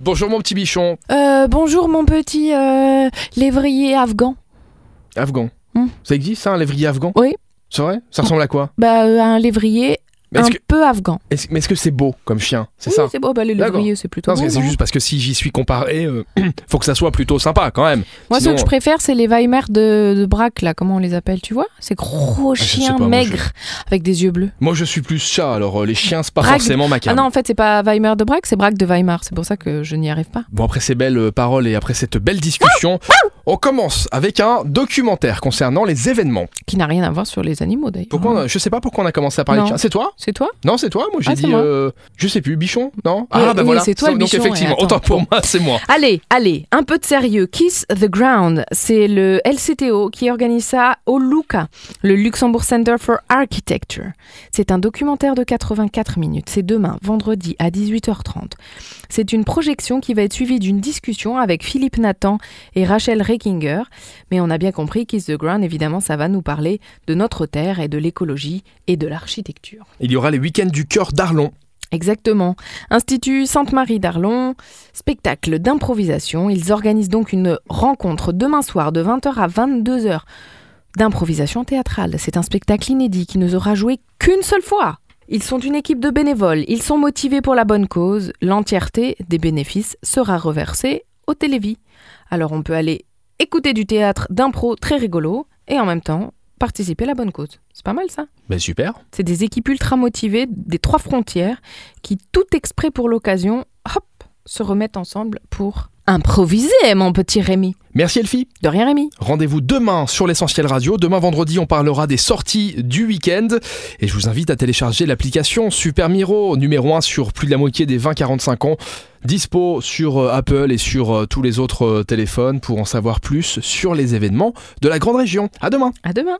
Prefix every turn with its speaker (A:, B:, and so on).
A: Bonjour mon petit bichon,
B: Euh, bonjour mon petit euh, lévrier afghan.
A: afghan.
B: Hmm.
A: Ça existe ça, un lévrier afghan
B: Oui.
A: C'est vrai Ça ressemble à quoi
B: Bah, euh, un lévrier
A: Mais
B: un
A: est-ce que
B: peu afghan.
A: est-ce mais est-ce que c'est beau comme chien C'est
B: Oui,
A: ça
B: C'est beau, bah, les
A: D'accord.
B: lévriers c'est plutôt hein.
A: Non, parce
B: beau,
A: que c'est
B: non
A: juste parce que si j'y suis comparé, euh, faut que ça soit plutôt sympa quand même.
B: Moi,
A: sinon,
B: ce que je
A: euh,
B: préfère, c'est les Weimar de, de Braque, là, comment on les appelle, tu vois Ces gros
A: Ah, je sais
B: chiens
A: pas, moi,
B: maigres avec des yeux bleus.
A: Moi je suis plus chat, alors euh, les chiens c'est pas
B: Braque.
A: forcément ma
B: Ah
A: cam.
B: non, en fait, c'est pas Weimar de Braque, c'est Braque de Weimar. C'est pour ça que je n'y arrive pas.
A: Bon, après ces belles euh, paroles et après cette belle discussion,
B: Ah
A: on commence avec un documentaire concernant les événements.
B: Qui n'a rien à voir sur les animaux, d'ailleurs.
A: Pourquoi on a- Je sais pas pourquoi on a commencé à parler
B: Oh.
A: de
B: Non.
A: chiens. C'est toi
B: C'est toi
A: Non, c'est toi Moi j'ai
B: Ah, c'est
A: dit.
B: moi.
A: euh, je sais plus, bichon Non Ah, bah
B: Oui, oui, c'est toi, le
A: Donc
B: bichon,
A: effectivement,
B: et attends.
A: autant pour moi, c'est moi.
B: Allez, allez, un peu de sérieux. Kiss the Ground, c'est le LCTO qui organise ça au Luca, le Luxembourg Center for Architecture. C'est un documentaire de 84 minutes. C'est demain, vendredi à 18h30. C'est une projection qui va être suivie d'une discussion avec Philippe Nathan et Rachel Reckinger. Mais on a bien compris, Kiss the Ground, évidemment, ça va nous parler de notre terre et de l'écologie et de l'architecture.
A: Il y aura les week-ends du cœur d'Arlon.
B: Exactement. Institut Sainte-Marie d'Arlon, spectacle d'improvisation. Ils organisent donc une rencontre demain soir de 20h à 22h d'improvisation théâtrale. C'est un spectacle inédit qui ne sera joué qu'une seule fois. Ils sont une équipe de bénévoles, ils sont motivés pour la bonne cause. L'entièreté des bénéfices sera reversée au Télévis. Alors on peut aller écouter du théâtre d'impro très rigolo et en même temps participer à la bonne cause. C'est pas mal ça
A: Ben super.
B: c'est des équipes ultra motivées des trois frontières qui, tout exprès pour l'occasion, hop, se remettent ensemble pour improviser, mon petit Rémi.
A: Merci Elfie.
B: De rien, Rémi.
A: Rendez-vous demain sur l'essentiel radio. Demain vendredi, on parlera des sorties du week-end. Et je vous invite à télécharger l'application Super Miro, numéro 1 sur plus de la moitié des 20-45 ans. Dispo sur euh, Apple et sur euh, tous les autres euh, téléphones pour en savoir plus sur les événements de la grande région. À demain!
B: À demain.